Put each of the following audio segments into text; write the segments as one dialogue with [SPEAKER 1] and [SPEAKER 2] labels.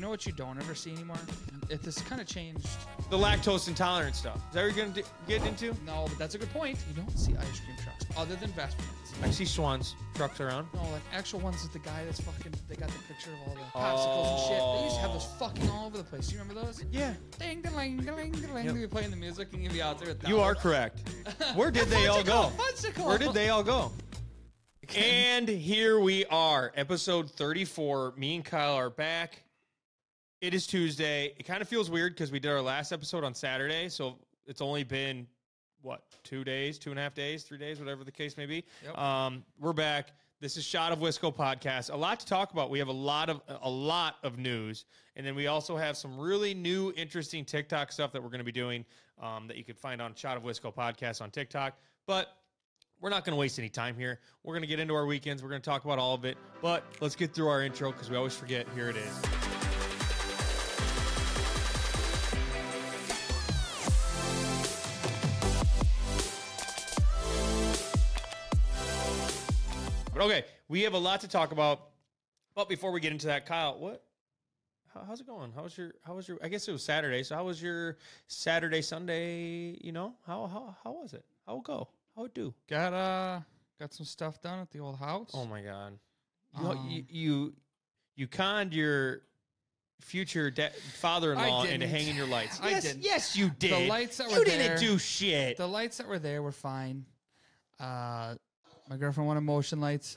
[SPEAKER 1] know what you don't ever see anymore? It has kind of changed.
[SPEAKER 2] The lactose intolerant stuff. Is that what you're going to get into?
[SPEAKER 1] No, but that's a good point. You don't see ice cream trucks other than fast foods.
[SPEAKER 2] I see swans trucks around.
[SPEAKER 1] No, like actual ones with the guy that's fucking. They got the picture of all the popsicles and shit. They used to have
[SPEAKER 2] Oh.
[SPEAKER 1] those fucking all over the place. You remember those?
[SPEAKER 2] Yeah.
[SPEAKER 1] Ding, ding, ding, ding, ding.
[SPEAKER 2] Yep.
[SPEAKER 1] You'd be playing the music and you'd be out there with that
[SPEAKER 2] You
[SPEAKER 1] one.
[SPEAKER 2] are correct. Where did they all go?
[SPEAKER 1] Popsicle!
[SPEAKER 2] Where did they all go? And here we are, episode 34. Me and Kyle are back. It is Tuesday. It kind of feels weird because we did our last episode on Saturday. So it's only been, what, two days, two and a half days, three days, whatever the case may be.
[SPEAKER 1] Yep.
[SPEAKER 2] Um, we're back. This is Shot of Wisco podcast. A lot to talk about. We have a lot of a lot of news, and then we also have some really new, interesting TikTok stuff that we're going to be doing um, that you can find on Shot of Wisco podcast on TikTok. But we're not going to waste any time here. We're going to get into our weekends. We're going to talk about all of it. But let's get through our intro because we always forget. Here it is. But okay, we have a lot to talk about. But before we get into that, Kyle, what? How, how's it going? How was your? How was your? I guess it was Saturday. So how was your Saturday, Sunday? You know how how how was it? How it go? How it do?
[SPEAKER 1] Got uh, got some stuff done at the old house.
[SPEAKER 2] Oh my god! You-
[SPEAKER 1] Um,
[SPEAKER 2] you, you you conned your future da- father-in-law
[SPEAKER 1] I
[SPEAKER 2] into
[SPEAKER 1] didn't.
[SPEAKER 2] hanging your lights.
[SPEAKER 1] I
[SPEAKER 2] yes,
[SPEAKER 1] didn't.
[SPEAKER 2] yes, you did.
[SPEAKER 1] lights that
[SPEAKER 2] you
[SPEAKER 1] were
[SPEAKER 2] didn't
[SPEAKER 1] there-
[SPEAKER 2] do shit.
[SPEAKER 1] The lights that were there were fine. Uh, my girlfriend wanted motion lights,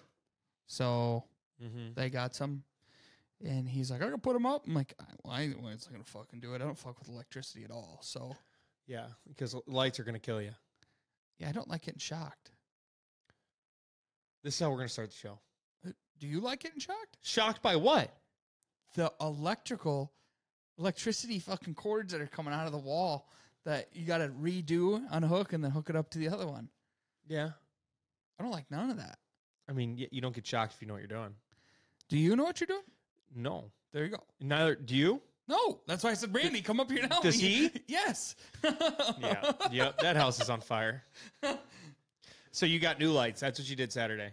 [SPEAKER 1] so
[SPEAKER 2] hmm
[SPEAKER 1] they got some. And he's like, I can put them up. I'm like, I, well, I ain't well, it's not gonna fucking do it. I don't fuck with electricity at all. So
[SPEAKER 2] Yeah, because lights are gonna kill you.
[SPEAKER 1] yeah, I don't like getting shocked.
[SPEAKER 2] This is how we're gonna start the show.
[SPEAKER 1] Uh, Do you like getting shocked?
[SPEAKER 2] Shocked by what?
[SPEAKER 1] The electrical, electricity fucking cords that are coming out of the wall that you gotta redo, unhook, and then hook it up to the other one.
[SPEAKER 2] Yeah.
[SPEAKER 1] I don't like none of that.
[SPEAKER 2] I mean, y- you don't get shocked if you know what you're doing.
[SPEAKER 1] Do you know what you're doing?
[SPEAKER 2] No.
[SPEAKER 1] There you go.
[SPEAKER 2] Neither do you.
[SPEAKER 1] No, that's why I said, Randy, come up here and help
[SPEAKER 2] does
[SPEAKER 1] me.
[SPEAKER 2] he?
[SPEAKER 1] Yes.
[SPEAKER 2] Yeah. yep. That house is on fire. So you got new lights. That's what you did Saturday.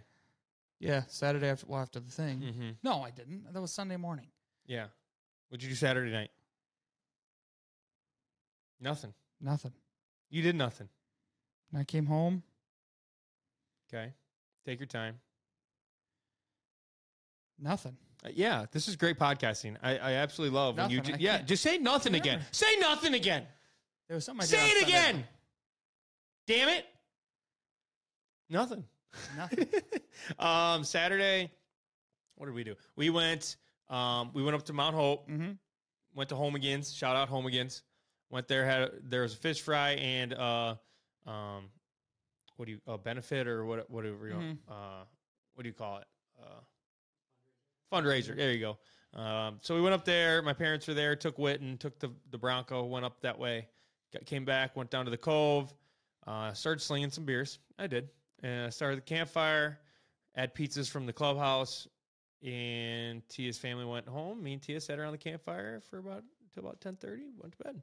[SPEAKER 1] Yeah, Saturday after, well, after the thing.
[SPEAKER 2] Mm-hmm.
[SPEAKER 1] No, I didn't. That was Sunday morning.
[SPEAKER 2] Yeah. What'd you do Saturday night? Nothing.
[SPEAKER 1] Nothing.
[SPEAKER 2] You did nothing.
[SPEAKER 1] And I came home.
[SPEAKER 2] Okay. Take your time.
[SPEAKER 1] Nothing.
[SPEAKER 2] Uh, yeah, this is great podcasting. I, I absolutely love when you.
[SPEAKER 1] Nothing,
[SPEAKER 2] Ju-
[SPEAKER 1] I
[SPEAKER 2] yeah,
[SPEAKER 1] can't- Oh
[SPEAKER 2] just say nothing again.
[SPEAKER 1] Remember.
[SPEAKER 2] Say nothing again.
[SPEAKER 1] There was something. I did
[SPEAKER 2] say
[SPEAKER 1] on
[SPEAKER 2] it
[SPEAKER 1] Sunday.
[SPEAKER 2] again. Damn it. Nothing.
[SPEAKER 1] Nothing.
[SPEAKER 2] um, Saturday. What did we do? We went. Um, we went up to Mount Hope.
[SPEAKER 1] mm-hmm.
[SPEAKER 2] went to Home Again's. Shout out Home Again's. Went there had there was a fish fry and uh, um, what do you a benefit or what whatever you
[SPEAKER 1] Mhm.
[SPEAKER 2] uh, what do you call it uh, fundraiser? There you go. Um, so we went up there. My parents were there. Took Witten. Took the the Bronco. Went up that way. Got, came back. Went down to the Cove. Uh, started slinging some beers. I did. And I started the campfire. Had pizzas from the clubhouse and Tia's family went home. Me and Tia sat around the campfire for about till about ten thirty. Went to bed.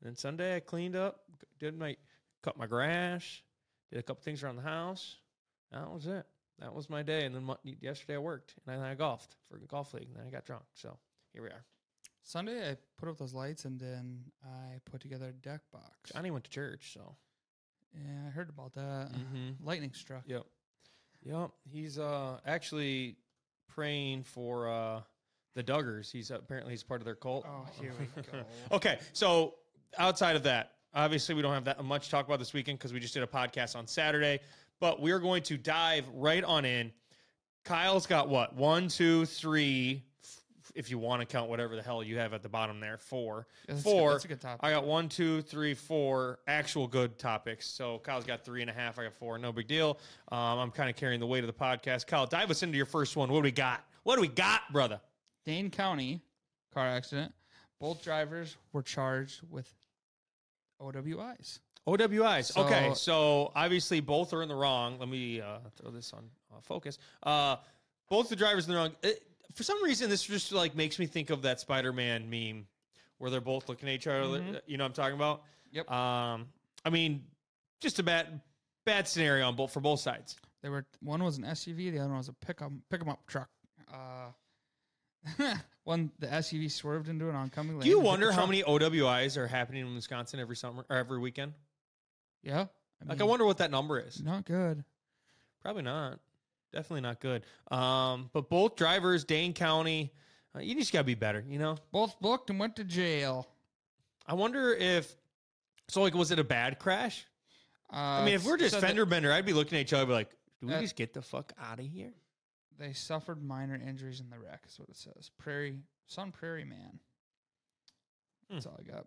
[SPEAKER 2] And then Sunday I cleaned up, g- did my cut my grass, did a couple things around the house. That was it. That was my day. And then mon- yesterday I worked, and then I golfed for the golf league, and then I got drunk. So here we are.
[SPEAKER 1] Sunday, I put up those lights and then I put together a deck box.
[SPEAKER 2] Johnny went to church, so
[SPEAKER 1] yeah, I heard about that.
[SPEAKER 2] Mhm.
[SPEAKER 1] Lightning struck.
[SPEAKER 2] yep, yep. He's uh actually praying for uh the Duggars. He's apparently he's part of their cult.
[SPEAKER 1] Oh, here we go.
[SPEAKER 2] Okay, so outside of that, obviously we don't have that much to talk about this weekend because we just did a podcast on Saturday, but we're going to dive right on in. Kyle's got what? One, two, three, f- if you want to count whatever the hell you have at the bottom there, four.
[SPEAKER 1] Yeah, that's a good-
[SPEAKER 2] four.
[SPEAKER 1] that's a good topic.
[SPEAKER 2] I got one, two, three, four actual good topics. So Kyle's got three and a half. I got four. No big deal. Um, I'm kind of carrying the weight of the podcast. Kyle, dive us into your first one. What do we got? What do we got, brother?
[SPEAKER 1] Dane County car accident. Both drivers were charged with OWIs.
[SPEAKER 2] OWIs.
[SPEAKER 1] So-
[SPEAKER 2] okay, so obviously both are in the wrong. Let me uh, throw this on uh, focus. Uh, both the drivers in the wrong. It, for some reason, this just like makes me think of that Spider-Man meme where they're both looking at each other. uh,
[SPEAKER 1] Mhm.
[SPEAKER 2] You know what I'm talking about?
[SPEAKER 1] Yep.
[SPEAKER 2] Um, I mean, just a bad bad scenario on both for both sides.
[SPEAKER 1] They were one was an SUV, the other one was a pickup pick 'em up truck. Uh, one the SUV swerved into an oncoming lane.
[SPEAKER 2] Do you
[SPEAKER 1] and hit the
[SPEAKER 2] wonder how
[SPEAKER 1] truck.
[SPEAKER 2] many OWIs are happening in Wisconsin every summer or every weekend?
[SPEAKER 1] Yeah.
[SPEAKER 2] Like, I
[SPEAKER 1] mean,
[SPEAKER 2] wonder what that number is.
[SPEAKER 1] Not good.
[SPEAKER 2] Probably not. Definitely not good. Um, but both drivers, Dane County, uh, you just got to be better, you know?
[SPEAKER 1] Both booked and went to jail.
[SPEAKER 2] I wonder if, so like, was it a bad crash?
[SPEAKER 1] Uh,
[SPEAKER 2] I mean, if we're just
[SPEAKER 1] so they-
[SPEAKER 2] fender bender, I'd be looking at each other be like, do we
[SPEAKER 1] Uh,
[SPEAKER 2] just get the fuck out of here?
[SPEAKER 1] they suffered minor injuries in the wreck. Is what it says. Prairie Sun Prairie man.
[SPEAKER 2] Hmm.
[SPEAKER 1] That's all I got.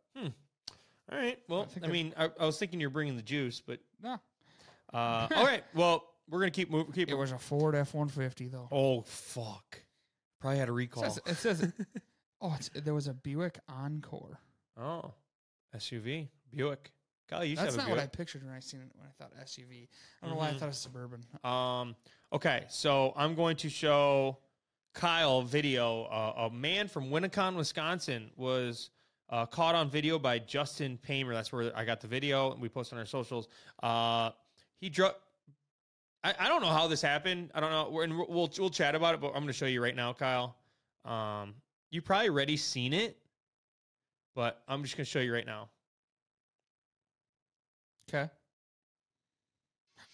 [SPEAKER 2] All right. Well,
[SPEAKER 1] think
[SPEAKER 2] I,
[SPEAKER 1] it-
[SPEAKER 2] mean, I, I was thinking you're bringing the juice, but
[SPEAKER 1] No,
[SPEAKER 2] uh, all right. Well, we're gonna keep moving. Keep.
[SPEAKER 1] it was a Ford F one fifty though.
[SPEAKER 2] oh fuck! Probably had a
[SPEAKER 1] it
[SPEAKER 2] recall.
[SPEAKER 1] says, it says oh, it's, there was a Buick Encore.
[SPEAKER 2] oh, SUV Buick. Golly, you should
[SPEAKER 1] That's
[SPEAKER 2] have
[SPEAKER 1] not
[SPEAKER 2] a
[SPEAKER 1] what I
[SPEAKER 2] Buick.
[SPEAKER 1] pictured when I seen it when I thought SUV. I don't know why I
[SPEAKER 2] Mhm.
[SPEAKER 1] thought a suburban.
[SPEAKER 2] Um. Okay, so I'm going to show Kyle video. Uh, a man from Winnicott, Wisconsin, was uh, caught on video by Justin Paymer. That's where I got the video, and we posted on our socials. Uh, he drug. I, I don't know how this happened. I don't know. We're, and we'll- we'll we'll chat about it, but I'm going to show you right now, Kyle. Um, you probably already seen it, but I'm just going to show you right now.
[SPEAKER 1] Okay.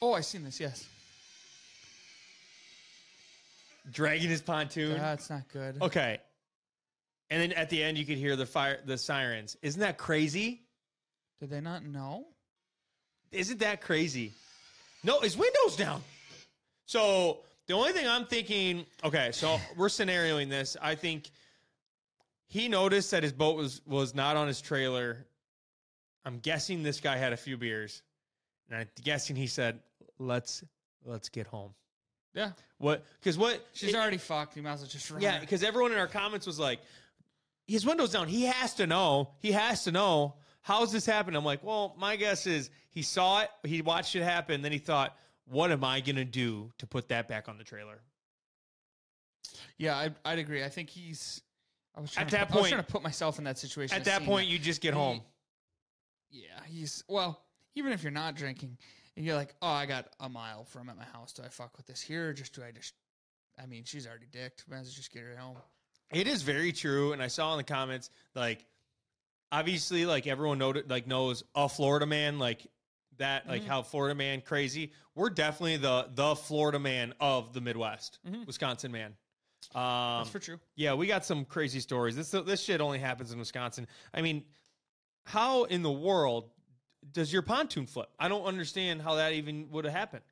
[SPEAKER 1] Oh, I seen this. Yes,
[SPEAKER 2] Dragging his pontoon.
[SPEAKER 1] that's not good.
[SPEAKER 2] Okay. And then at the end, you could hear the fire, the sirens. Isn't that crazy?
[SPEAKER 1] Did they not know?
[SPEAKER 2] Isn't that crazy? No, his window's down. So the only thing I'm thinking, okay, so we're scenarioing this. I think he noticed that his boat was was not on his trailer. I'm guessing this guy had a few beers, and I'm guessing he said, "Let's let's get home."
[SPEAKER 1] Yeah,
[SPEAKER 2] What? Because what?
[SPEAKER 1] she's
[SPEAKER 2] it-
[SPEAKER 1] already fucked. You might as well just run.
[SPEAKER 2] Yeah,
[SPEAKER 1] her.
[SPEAKER 2] because everyone in our comments was like, his window's down. He has to know. He has to know. How's this happened? I'm like, well, my guess is he saw it, he watched it happen, then he thought, what am I going to do to put that back on the trailer?
[SPEAKER 1] yeah, I'd, I'd agree. I think he's. I was trying
[SPEAKER 2] At
[SPEAKER 1] to
[SPEAKER 2] that
[SPEAKER 1] put, I was
[SPEAKER 2] point-
[SPEAKER 1] trying to put myself in that situation.
[SPEAKER 2] At
[SPEAKER 1] of
[SPEAKER 2] that
[SPEAKER 1] seeing
[SPEAKER 2] point, you just get
[SPEAKER 1] He-
[SPEAKER 2] home.
[SPEAKER 1] Yeah, he's well. Even if you're not drinking, and you're like, "Oh, I got a mile from at my house. Do I fuck with this here, or just do I just?" I mean, she's already dicked. Might as well just get her home.
[SPEAKER 2] It is very true, and I saw in the comments like, obviously, like everyone know, like knows a Florida man like that, like
[SPEAKER 1] Mhm.
[SPEAKER 2] how Florida man crazy. We're definitely the the Florida man of the Midwest,
[SPEAKER 1] Mhm.
[SPEAKER 2] Wisconsin man. Um,
[SPEAKER 1] That's for true.
[SPEAKER 2] Yeah, we got some crazy stories. This this shit only happens in Wisconsin. I mean, how in the world does your pontoon flip? I don't understand how that even would have happened.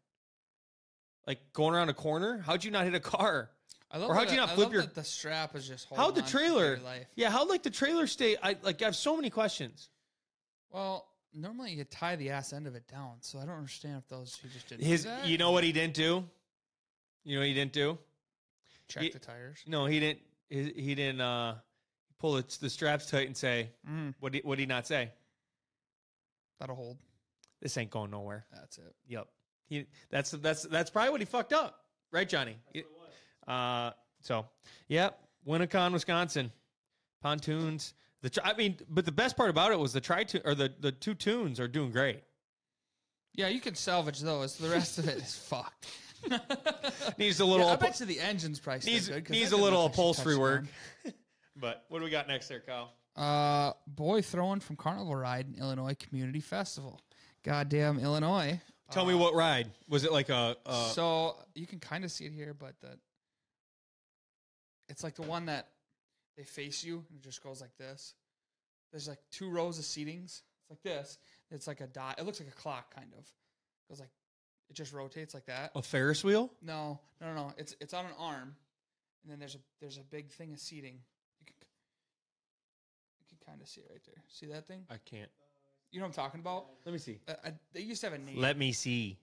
[SPEAKER 2] Like going around a corner, how'd you not hit a car?
[SPEAKER 1] I love.
[SPEAKER 2] Or how'd
[SPEAKER 1] that-
[SPEAKER 2] you not
[SPEAKER 1] I
[SPEAKER 2] flip
[SPEAKER 1] love
[SPEAKER 2] your-
[SPEAKER 1] that the strap is just holding
[SPEAKER 2] How'd the
[SPEAKER 1] on for dear
[SPEAKER 2] trailer?
[SPEAKER 1] life.
[SPEAKER 2] Yeah, how'd like the trailer stay? I like I have so many questions.
[SPEAKER 1] Well, normally you tie the ass end of it down, so I don't understand if those he just didn't. do
[SPEAKER 2] His,
[SPEAKER 1] that.
[SPEAKER 2] you know what he didn't do? You know what he didn't do?
[SPEAKER 1] check
[SPEAKER 2] y-
[SPEAKER 1] the tires.
[SPEAKER 2] No, he didn't. He, he didn't uh, pull the, the straps tight and say
[SPEAKER 1] Mm,
[SPEAKER 2] what? Did, what did he not say?
[SPEAKER 1] that'll hold.
[SPEAKER 2] This ain't going nowhere.
[SPEAKER 1] That's it.
[SPEAKER 2] Yep. He that's that's that's probably what he fucked up, right, Johnny? Uh, so yep, Winnicott, Wisconsin, pontoons. The tr- I mean, but the best part about it was the tri or the the two tunes are doing great.
[SPEAKER 1] Yeah, you can salvage those. The rest of it is fucked.
[SPEAKER 2] Needs a little
[SPEAKER 1] yeah, I
[SPEAKER 2] upho-
[SPEAKER 1] bet you the engine's price
[SPEAKER 2] needs
[SPEAKER 1] good 'cause
[SPEAKER 2] needs
[SPEAKER 1] that
[SPEAKER 2] a
[SPEAKER 1] didn't
[SPEAKER 2] little
[SPEAKER 1] look like she
[SPEAKER 2] upholstery
[SPEAKER 1] touched
[SPEAKER 2] work.
[SPEAKER 1] down.
[SPEAKER 2] but what do we got next there, Kyle?
[SPEAKER 1] Uh, boy thrown from carnival ride in Illinois Community Festival. Goddamn Illinois.
[SPEAKER 2] Tell me
[SPEAKER 1] Uh,
[SPEAKER 2] what uh, ride was it like a. a
[SPEAKER 1] so you can kind of see it here, but the it's like the one that they face you and it just goes like this. There's like two rows of seatings. It's like this. It's like a dot. It looks like a clock, kind of. goes like it just rotates like that.
[SPEAKER 2] a Ferris wheel?
[SPEAKER 1] No, no, no, no. It's it's on an arm, and then there's a there's a big thing of seating. You can you can kind of see it right there. See that thing?
[SPEAKER 2] I can't.
[SPEAKER 1] You know what I'm talking about?
[SPEAKER 2] Let me see.
[SPEAKER 1] Uh, I, they used to have a name.
[SPEAKER 2] Let me see.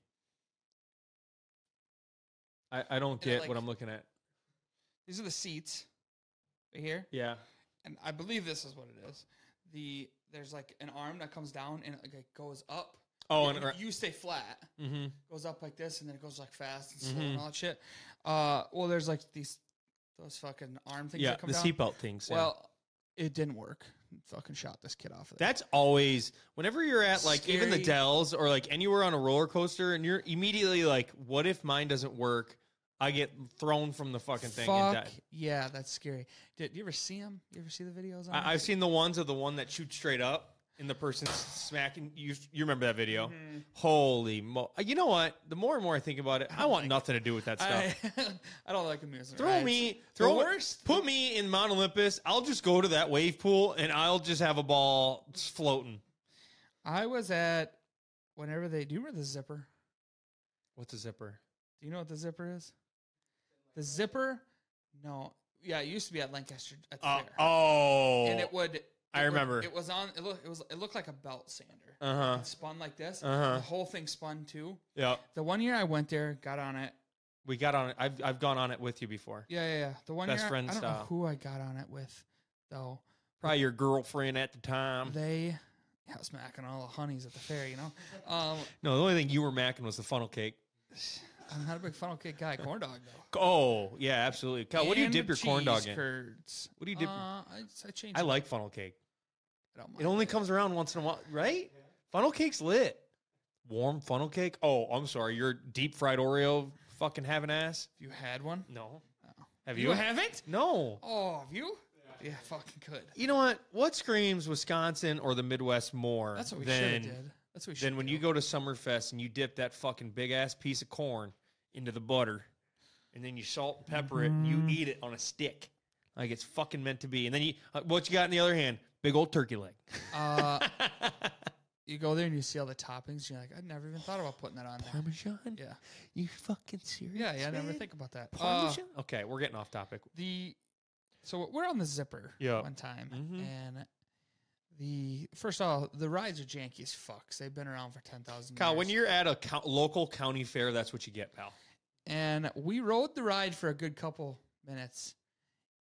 [SPEAKER 2] I, I don't
[SPEAKER 1] it,
[SPEAKER 2] get
[SPEAKER 1] like-
[SPEAKER 2] what I'm looking at.
[SPEAKER 1] These are the seats right here,
[SPEAKER 2] Yeah.
[SPEAKER 1] and I believe this is what it is. The there's like an arm that comes down and it like goes up.
[SPEAKER 2] Oh,
[SPEAKER 1] and
[SPEAKER 2] and
[SPEAKER 1] you stay flat.
[SPEAKER 2] mm-hmm.
[SPEAKER 1] goes up like this and then it goes like fast and slow and
[SPEAKER 2] Mhm.
[SPEAKER 1] all that shit. Uh, well, there's like these those fucking arm things
[SPEAKER 2] yeah,
[SPEAKER 1] that come
[SPEAKER 2] the
[SPEAKER 1] down.
[SPEAKER 2] seatbelt things. yeah.
[SPEAKER 1] Well, it didn't work. Fucking shot this kid off of there.
[SPEAKER 2] that's always whenever you're at like even the
[SPEAKER 1] Scary.
[SPEAKER 2] Dells or like anywhere on a roller coaster, and you're immediately like, "What if mine doesn't work? I get thrown from the fucking thing and
[SPEAKER 1] Fuck
[SPEAKER 2] die.
[SPEAKER 1] yeah, that's scary. Did you ever see him? You ever see the videos? on
[SPEAKER 2] I, I've seen the ones of the one that shoots straight up and the person's smacking you. You remember that video?
[SPEAKER 1] Mm-hmm.
[SPEAKER 2] Holy mo! uh, You know what? The more and more I think about it, I want nothing to do with that stuff.
[SPEAKER 1] Oh I, I don't like amusement.
[SPEAKER 2] Throw
[SPEAKER 1] rides.
[SPEAKER 2] me, throw
[SPEAKER 1] worst-
[SPEAKER 2] Put me in Mount Olympus. I'll just go to that wave pool and I'll just have a ball just floating.
[SPEAKER 1] I was at whenever they do you remember the zipper.
[SPEAKER 2] What's a zipper?
[SPEAKER 1] Do you know what the zipper is? The zipper? No. Yeah, it used to be at Lancaster at the
[SPEAKER 2] Uh,
[SPEAKER 1] fair.
[SPEAKER 2] oh,
[SPEAKER 1] and it would.
[SPEAKER 2] I
[SPEAKER 1] it would-
[SPEAKER 2] remember.
[SPEAKER 1] it was on. It looked. It was. It looked like a belt sander.
[SPEAKER 2] uh huh.
[SPEAKER 1] It spun like this.
[SPEAKER 2] Uh-huh.
[SPEAKER 1] The whole thing spun too.
[SPEAKER 2] Yeah,
[SPEAKER 1] The one year I went there, got on it.
[SPEAKER 2] we got on it. I've I've gone on it with you before.
[SPEAKER 1] Yeah, yeah, yeah. The one
[SPEAKER 2] Best
[SPEAKER 1] year,
[SPEAKER 2] friend
[SPEAKER 1] I don't know
[SPEAKER 2] style.
[SPEAKER 1] who I got on it with, though.
[SPEAKER 2] Probably your girlfriend at the time.
[SPEAKER 1] They, yeah, I was macking all the honeys at the fair, you know. Um,
[SPEAKER 2] No, the only thing you were macking was the funnel cake.
[SPEAKER 1] I'm not a big funnel cake guy. Corn dog though.
[SPEAKER 2] Oh yeah, absolutely. Cal, what do you
[SPEAKER 1] And
[SPEAKER 2] dip your corn dog
[SPEAKER 1] cheese
[SPEAKER 2] in?
[SPEAKER 1] Curds.
[SPEAKER 2] What do you dip
[SPEAKER 1] Uh,
[SPEAKER 2] your-
[SPEAKER 1] I, I changed.
[SPEAKER 2] I
[SPEAKER 1] it
[SPEAKER 2] like funnel cake.
[SPEAKER 1] up. I don't
[SPEAKER 2] It
[SPEAKER 1] mind
[SPEAKER 2] only comes around once in a while, right? Funnel cake's lit. Warm funnel cake. Oh, I'm sorry. Your deep fried Oreo fucking have an ass.
[SPEAKER 1] You had one?
[SPEAKER 2] No.
[SPEAKER 1] Oh.
[SPEAKER 2] Have
[SPEAKER 1] You
[SPEAKER 2] you?
[SPEAKER 1] haven't?
[SPEAKER 2] no.
[SPEAKER 1] Oh, have you? Yeah, fucking good.
[SPEAKER 2] You know what? What screams Wisconsin or the Midwest more
[SPEAKER 1] That's what we should
[SPEAKER 2] than
[SPEAKER 1] have did. That's what we should.
[SPEAKER 2] than when
[SPEAKER 1] do.
[SPEAKER 2] you go to Summerfest and you dip that fucking big ass piece of corn into the butter, and then you salt and pepper it and you eat it on a stick, like it's fucking meant to be. And then you, uh, what you got in the other hand? Big old turkey leg.
[SPEAKER 1] Uh, you go there and you see all the toppings. You're like, I never even thought about putting that on there.
[SPEAKER 2] Parmesan.
[SPEAKER 1] Yeah,
[SPEAKER 2] You fucking serious?
[SPEAKER 1] yeah, yeah. I never
[SPEAKER 2] man?
[SPEAKER 1] think about that. Uh,
[SPEAKER 2] Parmesan. Oh, okay, we're getting off topic.
[SPEAKER 1] the so we're on the zipper.
[SPEAKER 2] Yeah.
[SPEAKER 1] One time
[SPEAKER 2] Mhm.
[SPEAKER 1] and. The first of all, the rides are janky as fucks. They've been around for ten thousand.
[SPEAKER 2] Kyle, when you're at a co- local county fair, that's what you get, pal.
[SPEAKER 1] and we rode the ride for a good couple minutes,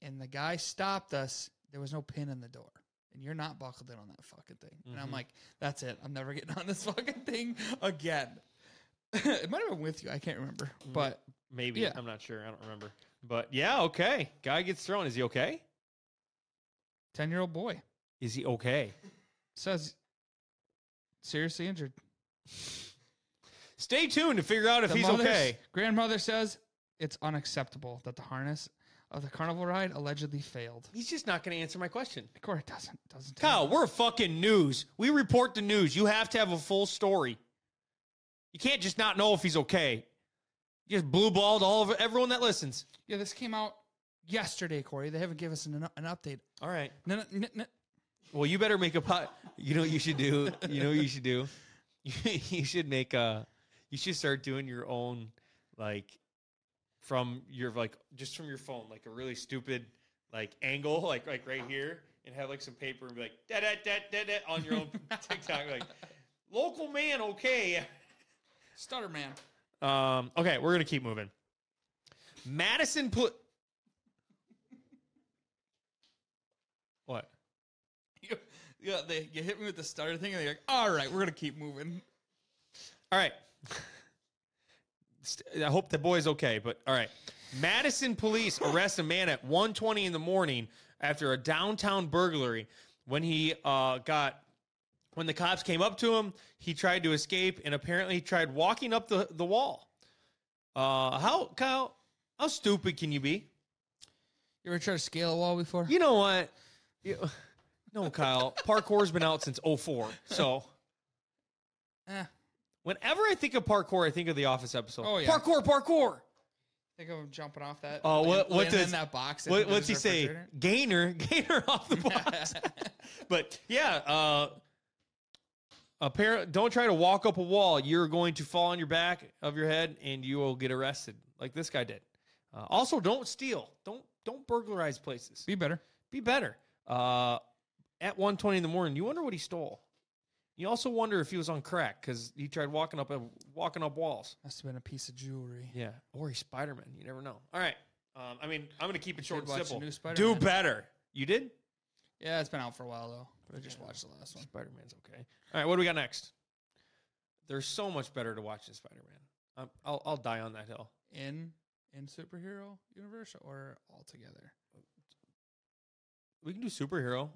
[SPEAKER 1] and the guy stopped us. There was no pin in the door, and you're not buckled in on that fucking thing. And I'm
[SPEAKER 2] Mhm.
[SPEAKER 1] like, that's it. I'm never getting on this fucking thing again. it might have been with you. I can't remember,
[SPEAKER 2] Mm.
[SPEAKER 1] but
[SPEAKER 2] Maybe
[SPEAKER 1] Yeah.
[SPEAKER 2] I'm not sure. I don't remember. But yeah, okay. Guy gets thrown. Is he okay?
[SPEAKER 1] ten year old boy
[SPEAKER 2] Is he okay?
[SPEAKER 1] says seriously injured.
[SPEAKER 2] Stay tuned to figure out if
[SPEAKER 1] The
[SPEAKER 2] he's
[SPEAKER 1] mother's
[SPEAKER 2] okay.
[SPEAKER 1] Grandmother says it's unacceptable that the harness of the carnival ride allegedly failed.
[SPEAKER 2] He's just not going to answer my question.
[SPEAKER 1] Of course, it doesn't doesn't. tell
[SPEAKER 2] Kyle,
[SPEAKER 1] me.
[SPEAKER 2] we're fucking news. We report the news. You have to have a full story. You can't just not know if he's okay. You just blue balled all of everyone that listens.
[SPEAKER 1] yeah, this came out yesterday, Corey. They haven't given us an, an update.
[SPEAKER 2] All right.
[SPEAKER 1] No, no, no, no.
[SPEAKER 2] Well, you better make a pot. You know what you should do. You know what you should do. you should make a. You should start doing your own like from your like just from your phone like a really stupid like angle like like right here and have like some paper and be like da da da da da on your own TikTok like local man okay.
[SPEAKER 1] Stutter man.
[SPEAKER 2] Um. Okay, we're gonna keep moving. Madison put. What?
[SPEAKER 1] You, yeah, they you hit me with the stutter thing, and they're like, "All right, we're gonna keep moving."
[SPEAKER 2] All right. St- I hope the boy's okay, but all right. Madison police arrest a man at 1:20 in the morning after a downtown burglary when he uh, got when the cops came up to him, he tried to escape and apparently he tried walking up the, the wall. Uh, how Kyle, how stupid can you be?
[SPEAKER 1] You ever try to scale a wall before?
[SPEAKER 2] You know what? You, no, Kyle, parkour's been out since 04. So
[SPEAKER 1] Eh,
[SPEAKER 2] whenever I think of parkour, I think of the office episode.
[SPEAKER 1] Oh, yeah.
[SPEAKER 2] Parkour, parkour.
[SPEAKER 1] think of him jumping off that.
[SPEAKER 2] Oh, what-
[SPEAKER 1] land-
[SPEAKER 2] what
[SPEAKER 1] landing in
[SPEAKER 2] does-
[SPEAKER 1] that box? and
[SPEAKER 2] What,
[SPEAKER 1] into
[SPEAKER 2] what's he
[SPEAKER 1] his
[SPEAKER 2] say?
[SPEAKER 1] refrigerator.
[SPEAKER 2] Gainer, gainer off the box. but yeah, uh, apparent. Don't try to walk up a wall. You're going to fall on your back of your head, and you will get arrested, like this guy did. Uh, also, don't steal. Don't don't burglarize places. Be,
[SPEAKER 1] Be better.
[SPEAKER 2] be better. Uh, at 1:20 in the morning, you wonder what he stole. You also wonder if he was on crack because he tried walking up a, walking up walls.
[SPEAKER 1] Must have been a piece of jewelry.
[SPEAKER 2] Yeah, or he's Spider Man. You never know. All right. Um, I mean, I'm going to keep it short
[SPEAKER 1] did
[SPEAKER 2] and
[SPEAKER 1] watch the
[SPEAKER 2] simple.
[SPEAKER 1] new
[SPEAKER 2] Do
[SPEAKER 1] Spider-Man.
[SPEAKER 2] better. You did.
[SPEAKER 1] Yeah, it's been out for a while though. But I just watched the last one.
[SPEAKER 2] Spider Man's okay. All right, what do we got next? There's so much better to watch than Spider Man. Um, I'll I'll die on that hill.
[SPEAKER 1] In in superhero universe or all together?
[SPEAKER 2] We can do superhero.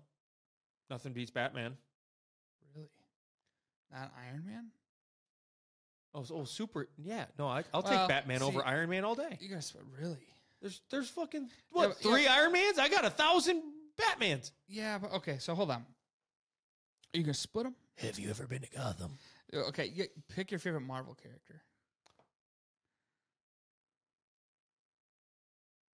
[SPEAKER 2] Nothing beats Batman.
[SPEAKER 1] Really? Not Iron Man?
[SPEAKER 2] Oh, so- oh, super. Yeah, no, I, I'll
[SPEAKER 1] Well,
[SPEAKER 2] take Batman
[SPEAKER 1] see-
[SPEAKER 2] over Iron Man all day.
[SPEAKER 1] You guys, really?
[SPEAKER 2] There's there's fucking what
[SPEAKER 1] but- yeah.
[SPEAKER 2] three Iron Mans? I got a thousand Batmans.
[SPEAKER 1] Yeah, but okay. So hold on. Are you gonna split them?
[SPEAKER 2] Have you ever been to Gotham?
[SPEAKER 1] Okay, you, pick your favorite Marvel character.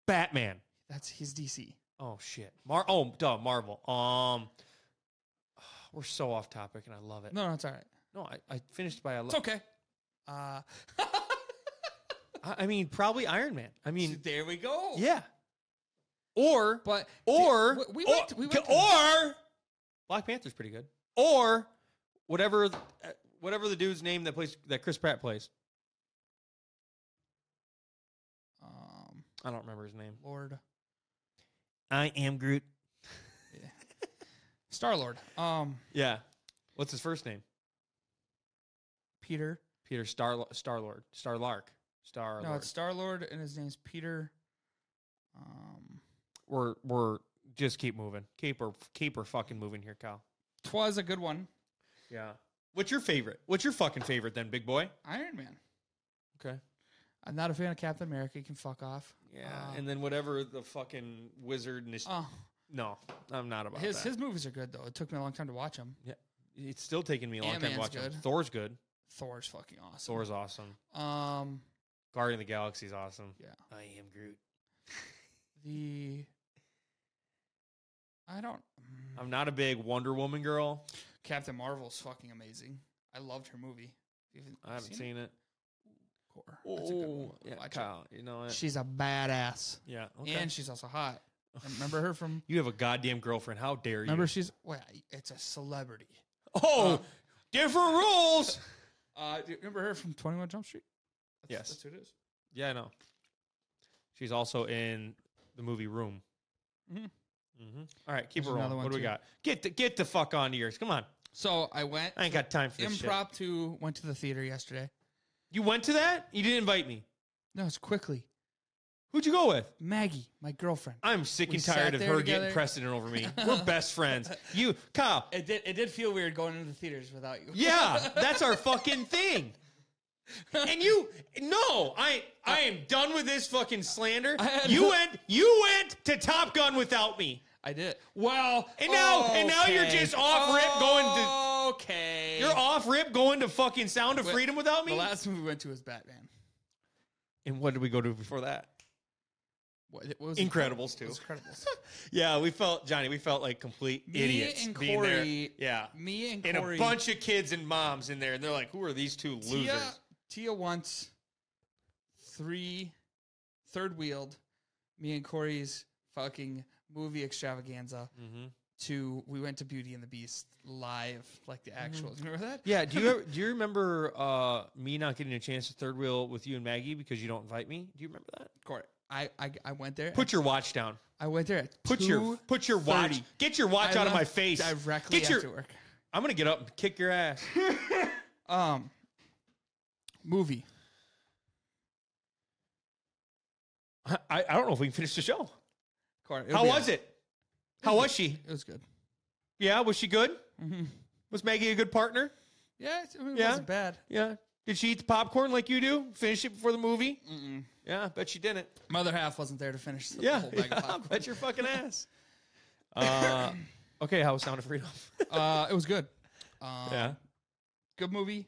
[SPEAKER 2] Batman.
[SPEAKER 1] That's his DC.
[SPEAKER 2] Oh shit. Mar. Oh, duh. Marvel. Um, we're so off topic, and I love it. No,
[SPEAKER 1] No, no, it's all right.
[SPEAKER 2] I, I finished by a.
[SPEAKER 1] It's
[SPEAKER 2] Lo-
[SPEAKER 1] okay. Uh,
[SPEAKER 2] I, I mean, probably Iron Man. I
[SPEAKER 1] see,
[SPEAKER 2] mean,
[SPEAKER 1] there we go.
[SPEAKER 2] yeah. Or
[SPEAKER 1] but
[SPEAKER 2] or
[SPEAKER 1] we- we
[SPEAKER 2] or,
[SPEAKER 1] went- we went to-
[SPEAKER 2] or Black Panther's pretty good. Or whatever th- uh, whatever the dude's name that plays that Chris Pratt plays.
[SPEAKER 1] um,
[SPEAKER 2] I don't remember his name.
[SPEAKER 1] Lord
[SPEAKER 2] I am Groot.
[SPEAKER 1] Star Lord. Um,
[SPEAKER 2] Yeah. What's his first name?
[SPEAKER 1] Peter.
[SPEAKER 2] Peter Star Star Lord Star Lark Star
[SPEAKER 1] No,
[SPEAKER 2] Lord.
[SPEAKER 1] it's Star Lord, and his name's Peter. Um,
[SPEAKER 2] We're we're just keep moving. Keep her keep her fucking moving here, Kyle.
[SPEAKER 1] twas a good one.
[SPEAKER 2] Yeah. What's your favorite? What's your fucking favorite then, big boy?
[SPEAKER 1] Iron Man.
[SPEAKER 2] Okay.
[SPEAKER 1] I'm not a fan of Captain America. You can fuck off. Uh,
[SPEAKER 2] and then whatever the fucking wizard and his,
[SPEAKER 1] Oh,
[SPEAKER 2] no, I'm not about
[SPEAKER 1] his
[SPEAKER 2] that.
[SPEAKER 1] his movies are good though. It took me a long time to watch them.
[SPEAKER 2] It's still taking me a long time
[SPEAKER 1] Ant-Man's
[SPEAKER 2] watching.
[SPEAKER 1] good.
[SPEAKER 2] Thor's good.
[SPEAKER 1] Thor's fucking awesome.
[SPEAKER 2] Thor's awesome.
[SPEAKER 1] Um,
[SPEAKER 2] Guardian of the Galaxy's awesome.
[SPEAKER 1] Yeah.
[SPEAKER 2] I am Groot.
[SPEAKER 1] the I don't. mm,
[SPEAKER 2] I'm not a big Wonder Woman girl.
[SPEAKER 1] Captain Marvel's fucking amazing. I loved her movie. You haven't
[SPEAKER 2] I haven't
[SPEAKER 1] it?
[SPEAKER 2] seen it.
[SPEAKER 1] Core. That's a good one.
[SPEAKER 2] yeah,
[SPEAKER 1] Watch it.
[SPEAKER 2] Kyle. You know what?
[SPEAKER 1] She's a badass,
[SPEAKER 2] yeah.
[SPEAKER 1] and she's also hot. And remember her from?
[SPEAKER 2] You have a goddamn girlfriend. How dare you?
[SPEAKER 1] Remember she's? Well, it's a celebrity.
[SPEAKER 2] oh,
[SPEAKER 1] Uh,
[SPEAKER 2] different rules.
[SPEAKER 1] Uh, do you remember her from Twenty One Jump Street? That's,
[SPEAKER 2] Yes.
[SPEAKER 1] that's who it is.
[SPEAKER 2] yeah, I know. She's also in the movie Room.
[SPEAKER 1] Mhm.
[SPEAKER 2] Mm-hmm. All right, keep
[SPEAKER 1] There's
[SPEAKER 2] her rolling.
[SPEAKER 1] another one
[SPEAKER 2] What do we
[SPEAKER 1] too.
[SPEAKER 2] got? Get the get the fuck on to yours. Come on.
[SPEAKER 1] So I went
[SPEAKER 2] I ain't got time for this shit.
[SPEAKER 1] impromptu. Went to the theater yesterday.
[SPEAKER 2] You went to that? You didn't invite me.
[SPEAKER 1] No, it's quickly.
[SPEAKER 2] Who'd you go with?
[SPEAKER 1] Maggie, my girlfriend.
[SPEAKER 2] I'm sick
[SPEAKER 1] We
[SPEAKER 2] and
[SPEAKER 1] sat
[SPEAKER 2] tired of
[SPEAKER 1] there
[SPEAKER 2] her
[SPEAKER 1] together.
[SPEAKER 2] getting precedent over me. We're best friends. You, Kyle.
[SPEAKER 1] It did. It did feel weird going into the theaters without you.
[SPEAKER 2] Yeah, that's our fucking thing. And you, no, I, I am done with this fucking slander.
[SPEAKER 1] I had-
[SPEAKER 2] You went, you went to Top Gun without me.
[SPEAKER 1] I did. Well,
[SPEAKER 2] And now- and now you're just off rip going to-
[SPEAKER 1] Okay.
[SPEAKER 2] You're off rip going to fucking Sound of
[SPEAKER 1] Wait,
[SPEAKER 2] Freedom without
[SPEAKER 1] The
[SPEAKER 2] me.
[SPEAKER 1] last movie we went to was Batman.
[SPEAKER 2] And what did we go to before that?
[SPEAKER 1] What, what was
[SPEAKER 2] Incredibles
[SPEAKER 1] It
[SPEAKER 2] too.
[SPEAKER 1] was Incredibles.
[SPEAKER 2] Yeah, we felt Johnny. We felt like complete
[SPEAKER 1] Me
[SPEAKER 2] idiots
[SPEAKER 1] and
[SPEAKER 2] being there.
[SPEAKER 1] Corey-
[SPEAKER 2] Yeah,
[SPEAKER 1] Me and
[SPEAKER 2] and
[SPEAKER 1] Corey.
[SPEAKER 2] a bunch of kids and moms in there, and they're like, "Who are these two losers?"
[SPEAKER 1] Tia, Tia wants three third wheeled. Me and Corey's fucking movie extravaganza.
[SPEAKER 2] Mm-hmm.
[SPEAKER 1] To we went to Beauty and the Beast live, like the actual. Do you remember that?
[SPEAKER 2] Mm-hmm. Yeah, do you ever, do you remember uh, me not getting a chance to third wheel with you and Maggie because you don't invite me? Do you remember that?
[SPEAKER 1] Corey. I, I I went there.
[SPEAKER 2] Put your watch down.
[SPEAKER 1] I went there at
[SPEAKER 2] Put your
[SPEAKER 1] 2:30.
[SPEAKER 2] put your watch. Get your watch
[SPEAKER 1] I
[SPEAKER 2] out of my
[SPEAKER 1] left
[SPEAKER 2] face.
[SPEAKER 1] directly
[SPEAKER 2] Get
[SPEAKER 1] after
[SPEAKER 2] your-
[SPEAKER 1] work.
[SPEAKER 2] I'm gonna get up and kick your ass.
[SPEAKER 1] Um, movie.
[SPEAKER 2] I, I don't know if we can finish the show.
[SPEAKER 1] Corey,
[SPEAKER 2] How was it? How was she?
[SPEAKER 1] It was good.
[SPEAKER 2] Yeah, was she good?
[SPEAKER 1] Mhm.
[SPEAKER 2] Was Maggie a good partner?
[SPEAKER 1] Yeah, it, I mean, it
[SPEAKER 2] Yeah?
[SPEAKER 1] wasn't bad.
[SPEAKER 2] Yeah. Did she eat the popcorn like you do? Finish it before the movie?
[SPEAKER 1] Mm-mm.
[SPEAKER 2] Yeah, I bet she didn't.
[SPEAKER 1] My other half wasn't there to finish the
[SPEAKER 2] Yeah,
[SPEAKER 1] whole bag
[SPEAKER 2] yeah,
[SPEAKER 1] of popcorn.
[SPEAKER 2] bet your fucking ass. Uh, okay, how was Sound of Freedom?
[SPEAKER 1] uh, it was good. Um,
[SPEAKER 2] yeah.
[SPEAKER 1] good movie.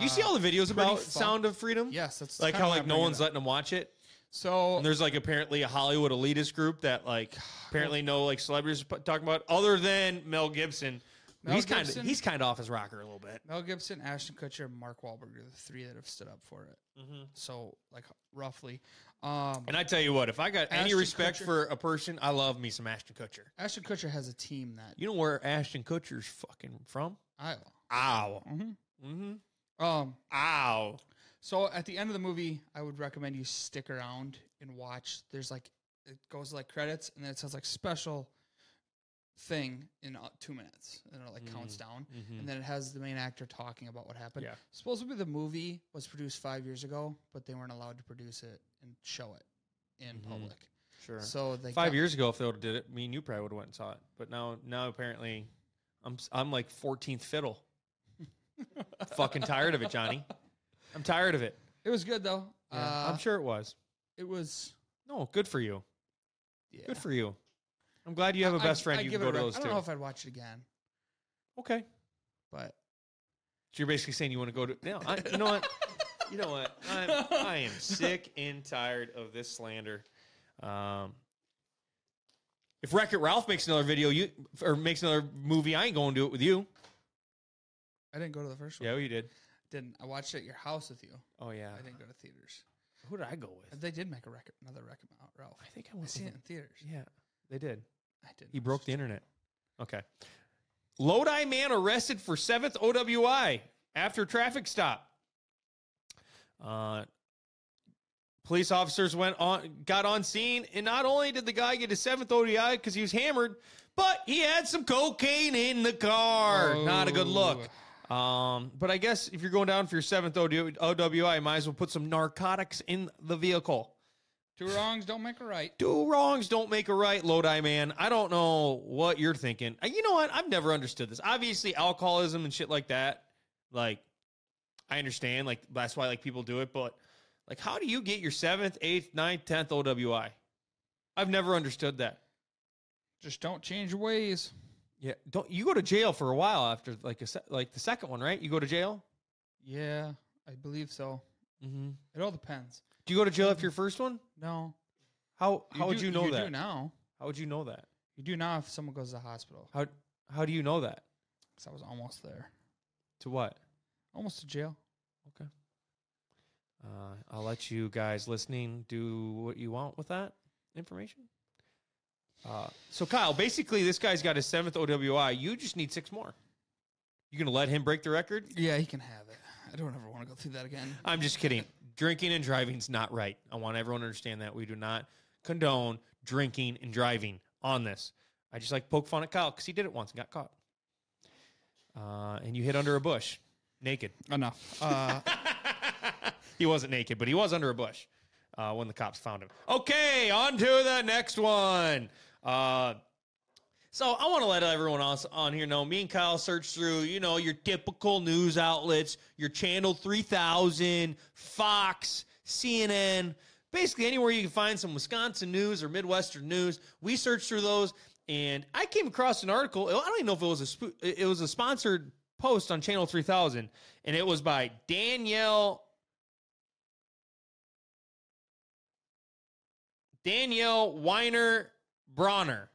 [SPEAKER 2] You see
[SPEAKER 1] Uh,
[SPEAKER 2] all the videos about
[SPEAKER 1] fun.
[SPEAKER 2] Sound of Freedom?
[SPEAKER 1] Yes, that's
[SPEAKER 2] Like
[SPEAKER 1] kinda
[SPEAKER 2] how
[SPEAKER 1] why I
[SPEAKER 2] like no
[SPEAKER 1] bring it
[SPEAKER 2] one's
[SPEAKER 1] up.
[SPEAKER 2] letting them watch it.
[SPEAKER 1] so
[SPEAKER 2] And there's like apparently a Hollywood elitist group that like apparently no like celebrities are talking about other than Mel Gibson.
[SPEAKER 1] Mel
[SPEAKER 2] he's kind
[SPEAKER 1] Gibson?
[SPEAKER 2] of he's kind of off his rocker a little bit.
[SPEAKER 1] Mel Gibson, Ashton Kutcher, and Mark Wahlberg are the three that have stood up for it. So like roughly, um,
[SPEAKER 2] And I tell you what, if I got any
[SPEAKER 1] Ashton
[SPEAKER 2] respect
[SPEAKER 1] Kutcher.
[SPEAKER 2] for a person, I love me some Ashton Kutcher.
[SPEAKER 1] Ashton Kutcher has a team that
[SPEAKER 2] You know where Ashton Kutcher's fucking from?
[SPEAKER 1] Iowa.
[SPEAKER 2] Ow.
[SPEAKER 1] Mhm.
[SPEAKER 2] Mm-hmm.
[SPEAKER 1] Um,
[SPEAKER 2] Ow.
[SPEAKER 1] So at the end of the movie, I would recommend you stick around and watch. There's like it goes like credits, and then it says like special thing in uh, two minutes, and it like counts down,
[SPEAKER 2] Mm-hmm.
[SPEAKER 1] and then it has the main actor talking about what happened.
[SPEAKER 2] Yeah.
[SPEAKER 1] Supposedly the movie was produced five years ago, but they weren't allowed to produce it and show it in
[SPEAKER 2] Mhm.
[SPEAKER 1] public.
[SPEAKER 2] Sure.
[SPEAKER 1] So uh, they
[SPEAKER 2] Five
[SPEAKER 1] got-
[SPEAKER 2] years ago, if they would have did it, me and you probably would have went and saw it. But now, now apparently, I'm s- I'm like 14th fiddle. Fucking tired of it, Johnny. I'm tired of it.
[SPEAKER 1] It was good though.
[SPEAKER 2] Yeah,
[SPEAKER 1] uh,
[SPEAKER 2] I'm sure it was.
[SPEAKER 1] it was.
[SPEAKER 2] No, good for you.
[SPEAKER 1] Yeah.
[SPEAKER 2] Good for you. I'm glad you have a
[SPEAKER 1] I-
[SPEAKER 2] best
[SPEAKER 1] I-
[SPEAKER 2] friend
[SPEAKER 1] I
[SPEAKER 2] you
[SPEAKER 1] give
[SPEAKER 2] can go
[SPEAKER 1] it
[SPEAKER 2] to
[SPEAKER 1] a rec-
[SPEAKER 2] those
[SPEAKER 1] I
[SPEAKER 2] two.
[SPEAKER 1] don't know if I'd watch it again,
[SPEAKER 2] okay.
[SPEAKER 1] but
[SPEAKER 2] So you're basically saying you want to go to. No, I, you know what? You know what? I'm, I am sick and tired of this slander. Um, if Wreck It Ralph makes another video, you or makes another movie, I ain't going to do it with you.
[SPEAKER 1] I didn't go to the first one.
[SPEAKER 2] Yeah, well, you did.
[SPEAKER 1] Didn't I watched it at your house with you?
[SPEAKER 2] Oh yeah.
[SPEAKER 1] I didn't go to theaters.
[SPEAKER 2] Who did I go with?
[SPEAKER 1] They did make a record, another record, out, Ralph.
[SPEAKER 2] I think I
[SPEAKER 1] I
[SPEAKER 2] went.
[SPEAKER 1] seen
[SPEAKER 2] with
[SPEAKER 1] it in theaters.
[SPEAKER 2] Yeah, they did.
[SPEAKER 1] I didn't.
[SPEAKER 2] He broke the internet. Okay. Lodi man arrested for seventh OWI after traffic stop. Uh, police officers went on, got on scene, and not only did the guy get his seventh ODI because he was hammered, but he had some cocaine in the car. Not a good
[SPEAKER 1] Oh.
[SPEAKER 2] look. Um, but I guess if you're going down for your seventh ODI, OWI, might as well put some narcotics in the vehicle
[SPEAKER 1] Two wrongs don't make a right.
[SPEAKER 2] two wrongs don't make a right, Lodi man. I don't know what you're thinking. Uh, You know what? I've never understood this. Obviously, alcoholism and shit like that. Like, I understand. Like that's why like people do it. But like, how do you get your seventh, eighth, ninth, tenth OWI? I've never understood that.
[SPEAKER 1] Just don't change your ways.
[SPEAKER 2] Yeah, don't you go to jail for a while after like a se- like the second one, right? You go to jail.
[SPEAKER 1] Yeah, I believe so.
[SPEAKER 2] Mm-hmm.
[SPEAKER 1] It all depends.
[SPEAKER 2] Do you go to jail after your first one?
[SPEAKER 1] No,
[SPEAKER 2] How how would
[SPEAKER 1] do-
[SPEAKER 2] you know
[SPEAKER 1] you
[SPEAKER 2] that?
[SPEAKER 1] do now.
[SPEAKER 2] How would you know that?
[SPEAKER 1] You do now if someone goes to the hospital.
[SPEAKER 2] How how do you know that?
[SPEAKER 1] 'Cause I was almost there,
[SPEAKER 2] To what?
[SPEAKER 1] almost to jail.
[SPEAKER 2] Okay. Uh, I'll let you guys listening do what you want with that information. Uh, so, Kyle, basically, this guy's got his seventh OWI. You just need six more. You gonna let him break the record?
[SPEAKER 1] Yeah, he can have it. I don't ever want to go through that again.
[SPEAKER 2] I'm just kidding. Drinking and driving's not right. I want everyone to understand that we do not condone drinking and driving on this. I just like poke fun at Kyle because he did it once and got caught. Uh, and you hid under a bush, naked.
[SPEAKER 1] Enough. Uh,
[SPEAKER 2] he wasn't naked, but he was under a bush uh, when the cops found him. Okay, on to the next one. Uh, so I want to let everyone else on here know. Me and Kyle searched through, you know, your typical news outlets, your Channel 3000, Fox, CNN, basically anywhere you can find some Wisconsin news or Midwestern news. We searched through those, and I came across an article. I don't even know if it was a sp- it was a sponsored post on Channel 3000, and it was by Danielle Danielle Weiner Bronner.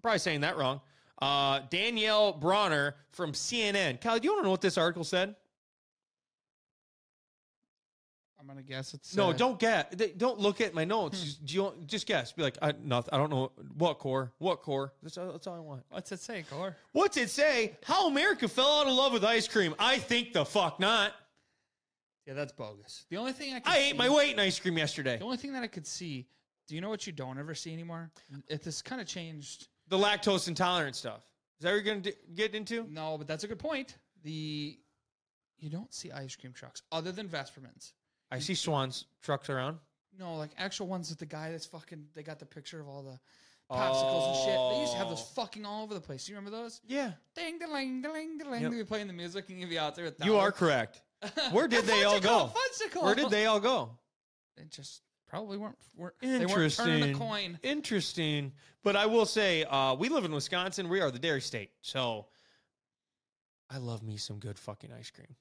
[SPEAKER 2] Probably saying that wrong. Uh, Danielle Bronner from CNN. Kyle, do you want to know what this article said?
[SPEAKER 1] I'm gonna guess it's
[SPEAKER 2] no,
[SPEAKER 1] uh,
[SPEAKER 2] don't get. th- Don't look at my notes. just, do you, just guess. Be like, I, nothing, I don't know what core. What core? That's, all- that's all I want.
[SPEAKER 1] What's it say, Gore?
[SPEAKER 2] What's it say? How America fell out of love with ice cream? I think the fuck not.
[SPEAKER 1] Yeah, that's bogus. The only thing I could
[SPEAKER 2] I ate
[SPEAKER 1] see-
[SPEAKER 2] my weight in ice cream yesterday.
[SPEAKER 1] The only thing that I could see. Do you know what you don't ever see anymore? It this kind of changed.
[SPEAKER 2] The lactose intolerant stuff. Is that what you're gonna d- get into?
[SPEAKER 1] No, but that's a good point. The you don't see ice cream trucks other than Vespermans.
[SPEAKER 2] I see Swan's trucks around.
[SPEAKER 1] No, like actual ones with the guy that's fucking. They got the picture of all the popsicles and shit. They used to have those
[SPEAKER 2] Oh.
[SPEAKER 1] fucking all over the place. You remember those?
[SPEAKER 2] Yeah,
[SPEAKER 1] Ding, ding, ding, ding.
[SPEAKER 2] Yep.
[SPEAKER 1] They'd be playing the music and you'd be out there with.
[SPEAKER 2] you are
[SPEAKER 1] dollars.
[SPEAKER 2] correct. Where did
[SPEAKER 1] A
[SPEAKER 2] they all
[SPEAKER 1] fudgicle,
[SPEAKER 2] go?
[SPEAKER 1] Fudgicle.
[SPEAKER 2] Where did they all go?
[SPEAKER 1] They just probably weren't. weren't they weren't turning a
[SPEAKER 2] Interesting.
[SPEAKER 1] coin.
[SPEAKER 2] Interesting. But I will say, uh, we live in Wisconsin. We are the dairy state, so I love me some good fucking ice cream.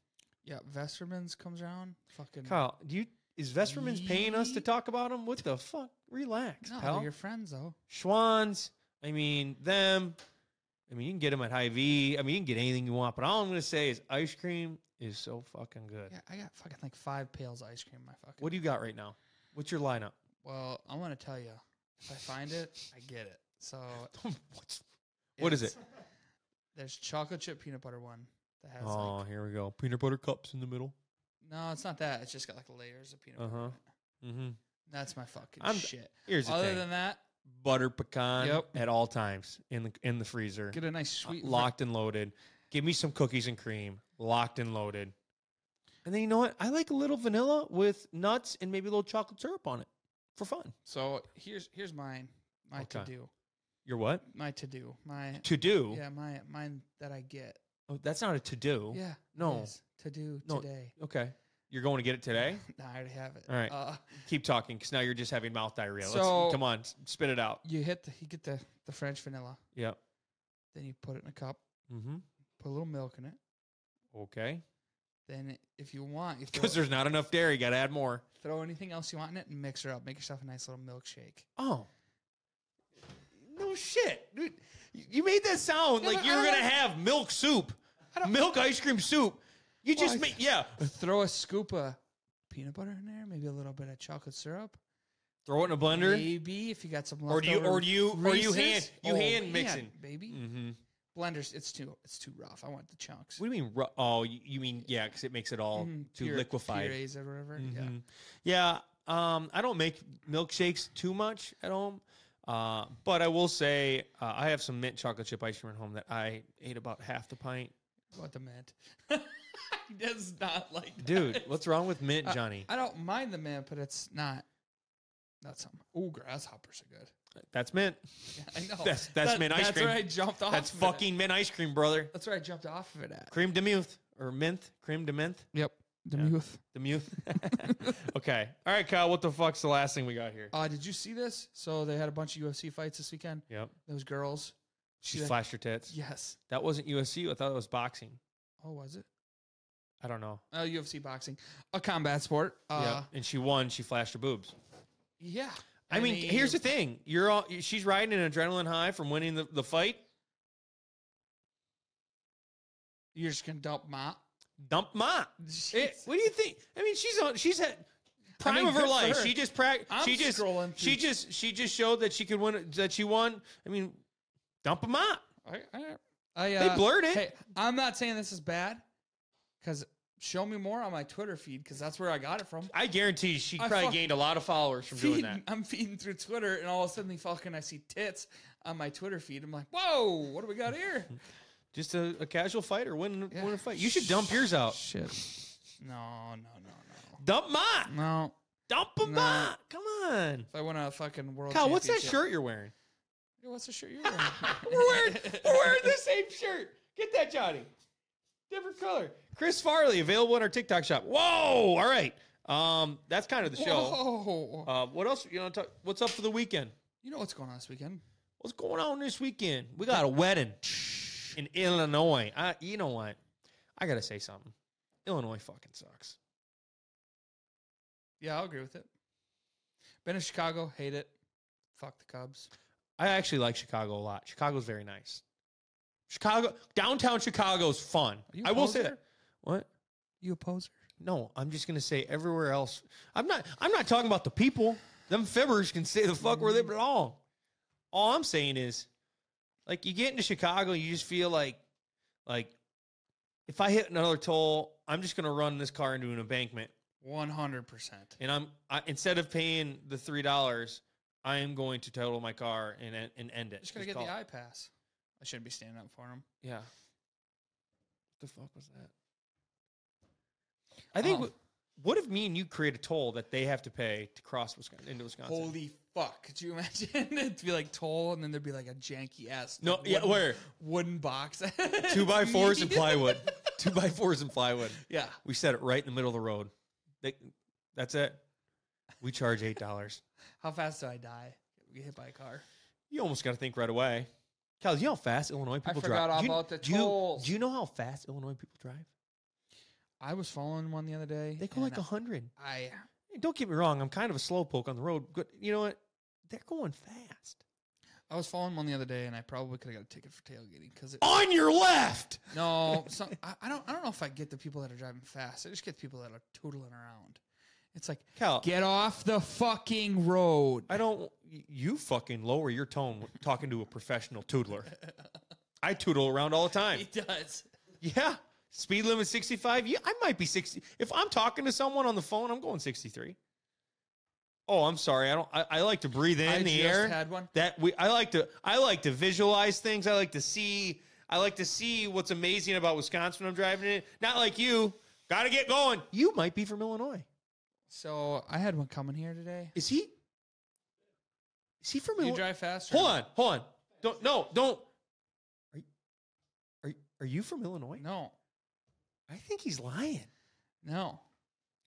[SPEAKER 1] Yeah, Vesterman's comes around. Fucking.
[SPEAKER 2] Kyle, do you is Vesterman's paying us to talk about them? What the fuck? Relax,
[SPEAKER 1] no,
[SPEAKER 2] pal.
[SPEAKER 1] they're your friends though.
[SPEAKER 2] Schwann's. I mean them. I mean you can get them at High V. I mean you can get anything you want. But all I'm gonna say is ice cream is so fucking good.
[SPEAKER 1] Yeah, I got fucking like five pails of ice cream in my fucking.
[SPEAKER 2] What do you got right now? What's your lineup?
[SPEAKER 1] Well, I want to tell you, if I find it, I get it. So
[SPEAKER 2] What's- What is
[SPEAKER 1] it's-
[SPEAKER 2] it?
[SPEAKER 1] There's chocolate chip peanut butter one that has.
[SPEAKER 2] Oh,
[SPEAKER 1] Like,
[SPEAKER 2] here we go. Peanut butter cups in the middle.
[SPEAKER 1] no, it's not that. It's just got like layers of peanut butter.
[SPEAKER 2] Uh-huh.
[SPEAKER 1] in it.
[SPEAKER 2] Mm-hmm.
[SPEAKER 1] That's my fucking
[SPEAKER 2] I'm-
[SPEAKER 1] shit.
[SPEAKER 2] Here's the
[SPEAKER 1] Other
[SPEAKER 2] thing.
[SPEAKER 1] than that,
[SPEAKER 2] butter pecan
[SPEAKER 1] Yep.
[SPEAKER 2] at all times in the in the freezer,
[SPEAKER 1] get a nice
[SPEAKER 2] uh,
[SPEAKER 1] sweet.
[SPEAKER 2] locked and loaded. Give me some cookies and cream, locked and loaded. And then you know what? I like a little vanilla with nuts and maybe a little chocolate syrup on it for fun.
[SPEAKER 1] So here's here's mine. My
[SPEAKER 2] Okay.
[SPEAKER 1] to do.
[SPEAKER 2] Your what
[SPEAKER 1] My to do. My
[SPEAKER 2] to do?
[SPEAKER 1] yeah. My mine that I get
[SPEAKER 2] Oh, that's not a to do.
[SPEAKER 1] Yeah.
[SPEAKER 2] No.
[SPEAKER 1] it is. To do
[SPEAKER 2] No.
[SPEAKER 1] today.
[SPEAKER 2] Okay. You're going to get it today.
[SPEAKER 1] No, I already have it.
[SPEAKER 2] All right.
[SPEAKER 1] Uh,
[SPEAKER 2] Keep talking, because now you're just having mouth diarrhea.
[SPEAKER 1] So-
[SPEAKER 2] Let's come on, s- spit it out.
[SPEAKER 1] you hit the you get the, the French vanilla,
[SPEAKER 2] Yep.
[SPEAKER 1] then you put it in a cup,
[SPEAKER 2] Mm-hmm.
[SPEAKER 1] put a little milk in it.
[SPEAKER 2] Okay.
[SPEAKER 1] Then if you want, you
[SPEAKER 2] Because
[SPEAKER 1] throw,
[SPEAKER 2] there's not enough dairy. Got to add more.
[SPEAKER 1] throw anything else you want in it and mix her up. Make yourself a nice little milkshake.
[SPEAKER 2] Oh. No shit, dude. You you made that sound
[SPEAKER 1] Yeah,
[SPEAKER 2] like
[SPEAKER 1] but
[SPEAKER 2] you
[SPEAKER 1] I
[SPEAKER 2] were gonna
[SPEAKER 1] don't-
[SPEAKER 2] have milk soup,
[SPEAKER 1] I don't-
[SPEAKER 2] milk ice cream soup. You
[SPEAKER 1] Well,
[SPEAKER 2] just
[SPEAKER 1] I-
[SPEAKER 2] made yeah.
[SPEAKER 1] throw a scoop of peanut butter in there, maybe a little bit of chocolate syrup.
[SPEAKER 2] Throw it in a blender.
[SPEAKER 1] Maybe if you got some
[SPEAKER 2] Or do you-
[SPEAKER 1] leftover
[SPEAKER 2] or do you- or you
[SPEAKER 1] Reese's. Oh,
[SPEAKER 2] hand- you hand mixing.
[SPEAKER 1] baby
[SPEAKER 2] Mm-hmm.
[SPEAKER 1] blenders. It's too it's too rough. I want the chunks.
[SPEAKER 2] What do you mean? ru- Oh, you you mean yeah? Because it makes it all
[SPEAKER 1] Mhm,
[SPEAKER 2] too
[SPEAKER 1] pure-
[SPEAKER 2] liquefied.
[SPEAKER 1] purees or whatever. Yeah,
[SPEAKER 2] Mhm. Yeah. Um, I don't make milkshakes too much at home. Uh, but I will say uh, I have some mint chocolate chip ice cream at home that I ate about half the pint.
[SPEAKER 1] I want the mint. he does not like that.
[SPEAKER 2] Dude, what's wrong with mint, Johnny?
[SPEAKER 1] I don't mind the mint, but it's not not something. Ooh, grasshoppers are good.
[SPEAKER 2] That's mint.
[SPEAKER 1] Yeah, I know.
[SPEAKER 2] That's- that's mint ice
[SPEAKER 1] That's
[SPEAKER 2] cream.
[SPEAKER 1] where I jumped off.
[SPEAKER 2] That's
[SPEAKER 1] of it at.
[SPEAKER 2] fucking mint ice cream, brother.
[SPEAKER 1] That's where I jumped off of it at.
[SPEAKER 2] Cream de menthe or menthe, cream de menthe,
[SPEAKER 1] Yep. The
[SPEAKER 2] Yeah.
[SPEAKER 1] youth.
[SPEAKER 2] de menthe. okay. All right, Kyle. What the fuck's the last thing we got here?
[SPEAKER 1] Uh, did you see this? So they had a bunch of UFC fights this weekend.
[SPEAKER 2] Yep.
[SPEAKER 1] Those girls.
[SPEAKER 2] She
[SPEAKER 1] Yeah.
[SPEAKER 2] flashed her tits.
[SPEAKER 1] Yes.
[SPEAKER 2] That wasn't USC. I thought it was boxing.
[SPEAKER 1] Oh, was it?
[SPEAKER 2] I don't know.
[SPEAKER 1] Uh, UFC boxing, a combat sport. Uh,
[SPEAKER 2] yeah. And she won. She flashed her boobs.
[SPEAKER 1] yeah.
[SPEAKER 2] I mean, here's the thing: you're all she's riding an adrenaline high from winning the, the fight.
[SPEAKER 1] You're just gonna dump my.
[SPEAKER 2] Dump Ma. It-
[SPEAKER 1] Jeez.
[SPEAKER 2] what do you think? I mean, she's on. She's had prime
[SPEAKER 1] mean,
[SPEAKER 2] of her
[SPEAKER 1] good for
[SPEAKER 2] life.
[SPEAKER 1] her.
[SPEAKER 2] She just prac.
[SPEAKER 1] I'm
[SPEAKER 2] She just
[SPEAKER 1] scrolling.
[SPEAKER 2] she
[SPEAKER 1] through-
[SPEAKER 2] just she just showed that she could win. That she won. I mean, dump them out.
[SPEAKER 1] I. I, I
[SPEAKER 2] They
[SPEAKER 1] uh,
[SPEAKER 2] blurred it.
[SPEAKER 1] Hey, I'm not saying this is bad, because show me more on my Twitter feed, because that's where I got it from.
[SPEAKER 2] I guarantee she
[SPEAKER 1] I
[SPEAKER 2] probably
[SPEAKER 1] fuck-
[SPEAKER 2] gained a lot of followers from doing that.
[SPEAKER 1] Feeding- I'm feeding through Twitter, and all of a sudden, fucking, I see tits on my Twitter feed. I'm like, whoa, what do we got here?
[SPEAKER 2] Just a, a casual fighter win
[SPEAKER 1] Yeah.
[SPEAKER 2] win a fight. You should dump yours out.
[SPEAKER 1] Shit. No, no, no,
[SPEAKER 2] Dump Ma.
[SPEAKER 1] no, no.
[SPEAKER 2] Dump 'em
[SPEAKER 1] No.
[SPEAKER 2] out. Come on,
[SPEAKER 1] If I want a fucking world.
[SPEAKER 2] Kyle. What's that
[SPEAKER 1] championship-
[SPEAKER 2] shirt you're wearing?
[SPEAKER 1] Yeah, What's the shirt you're wearing?
[SPEAKER 2] we're wearing we're wearing the same shirt. Get that, Johnny. Different color. Chris Farley available in our TikTok shop. Whoa! All right. Um, that's kind of the show.
[SPEAKER 1] Whoa.
[SPEAKER 2] Uh, what else? You know, talk, what's up for the weekend?
[SPEAKER 1] You know what's going on this weekend?
[SPEAKER 2] What's going on this weekend? We got a wedding in Illinois. I, you know what? I gotta say something. Illinois fucking sucks.
[SPEAKER 1] Yeah, I'll agree with it. Been in Chicago, hate it. Fuck the Cubs.
[SPEAKER 2] I actually like Chicago a lot. Chicago's very nice. Chicago downtown Chicago's fun.
[SPEAKER 1] Are you a
[SPEAKER 2] I will say
[SPEAKER 1] poser?
[SPEAKER 2] that. What?
[SPEAKER 1] You a poser?
[SPEAKER 2] No, I'm just gonna say everywhere else. I'm not. I'm not talking about the people. Them fibbers can stay the fuck where they
[SPEAKER 1] Mm-hmm.
[SPEAKER 2] belong. All I'm saying is, like, you get into Chicago, you just feel like, like, if I hit another toll, I'm just gonna run this car into an embankment,
[SPEAKER 1] One hundred percent.
[SPEAKER 2] and I'm I, instead of paying the three dollars, I am going to total my car and en- and end it.
[SPEAKER 1] Just gotta get
[SPEAKER 2] call
[SPEAKER 1] the
[SPEAKER 2] it.
[SPEAKER 1] eye pass. I shouldn't be standing up for him.
[SPEAKER 2] Yeah. The fuck was that? I think.
[SPEAKER 1] Um,
[SPEAKER 2] w what if me and you create a toll that they have to pay to cross Wisconsin into Wisconsin?
[SPEAKER 1] Holy fuck! Could you imagine? It'd be like toll, and then there'd be like a janky ass.
[SPEAKER 2] no,
[SPEAKER 1] like,
[SPEAKER 2] yeah,
[SPEAKER 1] wooden,
[SPEAKER 2] where
[SPEAKER 1] wooden box.
[SPEAKER 2] two by fours and plywood, two by fours and plywood.
[SPEAKER 1] Yeah,
[SPEAKER 2] We set it right in the middle of the road. They, that's it. We charge eight dollars.
[SPEAKER 1] how fast do I die? Get hit by a car.
[SPEAKER 2] You almost got to think right away. Cal, do you know how fast Illinois people
[SPEAKER 1] forgot
[SPEAKER 2] drive?
[SPEAKER 1] all
[SPEAKER 2] Do you-
[SPEAKER 1] about the
[SPEAKER 2] do you-
[SPEAKER 1] tolls.
[SPEAKER 2] Do you know how fast Illinois people drive?
[SPEAKER 1] I was following one the other day.
[SPEAKER 2] They go
[SPEAKER 1] and
[SPEAKER 2] like a hundred.
[SPEAKER 1] I
[SPEAKER 2] Hey, Don't get me wrong, I'm kind of a slowpoke on the road, but you know what? They're going fast.
[SPEAKER 1] I was following one the other day, and I probably could have got a ticket for tailgating because it
[SPEAKER 2] On your left.
[SPEAKER 1] No, some, I, I don't. I don't know if I get the people that are driving fast. I just get people that are tootling around. It's like
[SPEAKER 2] Cal,
[SPEAKER 1] get off the fucking road.
[SPEAKER 2] I don't you fucking lower your tone when talking to a professional tootler. I tootle around all the time.
[SPEAKER 1] It does.
[SPEAKER 2] Yeah. Speed limit 65. Yeah, I might be 60. If I'm talking to someone on the phone, I'm going 63. Oh, I'm sorry. I don't I, I like to breathe in
[SPEAKER 1] I
[SPEAKER 2] the
[SPEAKER 1] just
[SPEAKER 2] air.
[SPEAKER 1] had one.
[SPEAKER 2] that we I like to I like to visualize things. I like to see I like to see what's amazing about Wisconsin when I'm driving it. Not like you. Gotta get going. You might be from Illinois.
[SPEAKER 1] So I had one coming here today.
[SPEAKER 2] Is he? Is he from
[SPEAKER 1] You
[SPEAKER 2] Illinois?
[SPEAKER 1] drive fast. or
[SPEAKER 2] Hold
[SPEAKER 1] not?
[SPEAKER 2] on, hold on. Don't no, don't. Are you, are you,
[SPEAKER 3] Are you from Illinois?
[SPEAKER 1] No,
[SPEAKER 3] I think he's lying.
[SPEAKER 1] no.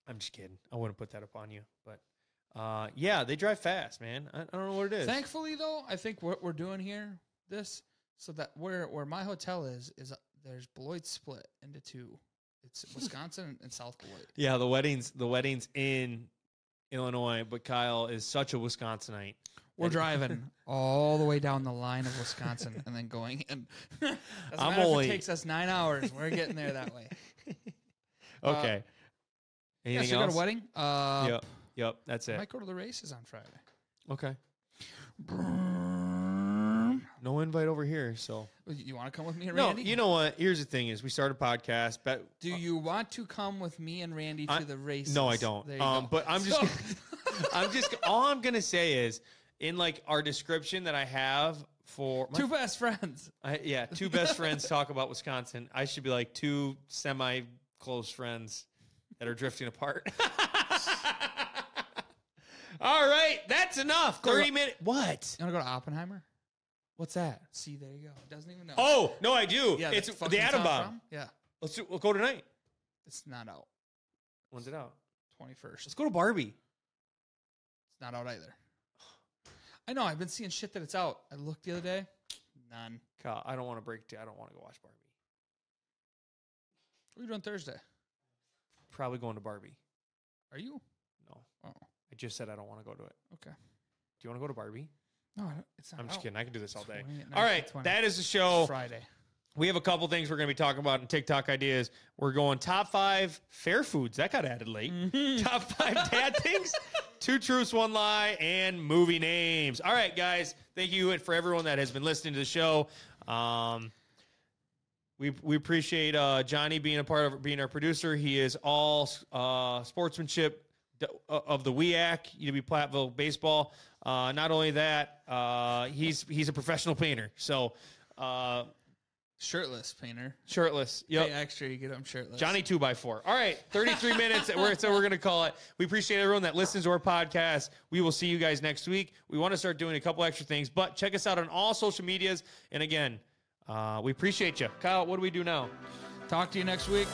[SPEAKER 2] I'm just kidding. I wouldn't put that upon you, but uh, yeah, they drive fast, man. I, I don't know what it is.
[SPEAKER 1] Thankfully, though, I think what we're doing here, this, so that where where my hotel is, is uh, there's Beloit split into two. It's Wisconsin and South Beloit.
[SPEAKER 2] Yeah, the weddings, the weddings in Illinois, but Kyle is such a Wisconsinite.
[SPEAKER 1] We're
[SPEAKER 2] And-
[SPEAKER 1] driving all the way down the line of Wisconsin and then going in. Doesn't
[SPEAKER 2] I'm
[SPEAKER 1] matter
[SPEAKER 2] only-
[SPEAKER 1] if it takes us nine hours. We're getting there that way. Uh,
[SPEAKER 2] Okay.
[SPEAKER 1] yeah,
[SPEAKER 2] Anything
[SPEAKER 1] so you got
[SPEAKER 2] else?
[SPEAKER 1] a wedding. Uh,
[SPEAKER 2] Yep. Yep. That's
[SPEAKER 1] I
[SPEAKER 2] it.
[SPEAKER 1] might go to the races on Friday.
[SPEAKER 2] Okay. No invite over here, so
[SPEAKER 1] You want to come with me and
[SPEAKER 2] no.
[SPEAKER 1] Randy?
[SPEAKER 2] You know what? Here's the thing: is we start a podcast, but
[SPEAKER 1] Do you want to come with me and Randy to
[SPEAKER 2] I-
[SPEAKER 1] the races?
[SPEAKER 2] no, I don't.
[SPEAKER 1] There you
[SPEAKER 2] Um,
[SPEAKER 1] go.
[SPEAKER 2] but I'm just,
[SPEAKER 1] So-
[SPEAKER 2] I'm just. All I'm gonna say is, in like our description that I have for my
[SPEAKER 1] two best friends.
[SPEAKER 2] I, yeah, two best friends talk about Wisconsin. I should be like two semi close friends that are drifting apart. All right, that's enough.
[SPEAKER 1] Go to-
[SPEAKER 2] 30 minutes. What?
[SPEAKER 1] You want to go to Oppenheimer?
[SPEAKER 2] What's that?
[SPEAKER 1] See, there you go. Doesn't even know.
[SPEAKER 2] Oh, no, I do. it's
[SPEAKER 1] that's
[SPEAKER 2] the
[SPEAKER 1] fucking
[SPEAKER 2] atom
[SPEAKER 1] Tom
[SPEAKER 2] bomb.
[SPEAKER 1] Brown. Yeah,
[SPEAKER 2] Let's do, we'll go tonight.
[SPEAKER 1] it's not out.
[SPEAKER 2] When's it out?
[SPEAKER 1] Twenty first.
[SPEAKER 2] Let's go to Barbie.
[SPEAKER 1] It's not out either. I know. I've been seeing shit that it's out. I looked the other day. None.
[SPEAKER 2] Kyle, I don't want to break. I I don't want to go watch Barbie.
[SPEAKER 1] What are you doing Thursday?
[SPEAKER 2] Probably going to Barbie.
[SPEAKER 1] Are you?
[SPEAKER 2] No,
[SPEAKER 1] Oh,
[SPEAKER 2] I just said I don't want to go to it.
[SPEAKER 1] okay.
[SPEAKER 2] Do you want to go to Barbie?
[SPEAKER 1] No, I don't- it's not.
[SPEAKER 2] I'm just
[SPEAKER 1] out.
[SPEAKER 2] kidding. Oh. I can do this all day.
[SPEAKER 1] 20 at
[SPEAKER 2] All right,
[SPEAKER 1] 19,
[SPEAKER 2] that is the
[SPEAKER 1] 20.
[SPEAKER 2] show.
[SPEAKER 1] Friday.
[SPEAKER 2] We have a couple things we're going to be talking about in TikTok ideas. We're going top five fair foods. That got added late.
[SPEAKER 1] Mm-hmm.
[SPEAKER 2] Top five dad things, two truths, one lie, and movie names. All right, guys. Thank you for everyone that has been listening to the show. Um, we, we appreciate uh, Johnny being a part of being our producer. He is all uh, sportsmanship d- uh, of the E WEAC, UW Platteville baseball. Uh, not only that, uh, he's he's a professional painter. So. Uh,
[SPEAKER 1] Shirtless painter.
[SPEAKER 2] Shirtless. Yep.
[SPEAKER 1] Pay extra. You get them shirtless.
[SPEAKER 2] Johnny two by four. All right, thirty three minutes. That we're, so we're gonna call it. We appreciate everyone that listens to our podcast. We will see you guys next week. We want to start doing a couple extra things, but check us out on all social medias. And again, uh, we appreciate you, Kyle. What do we do now?
[SPEAKER 1] Talk to you next week.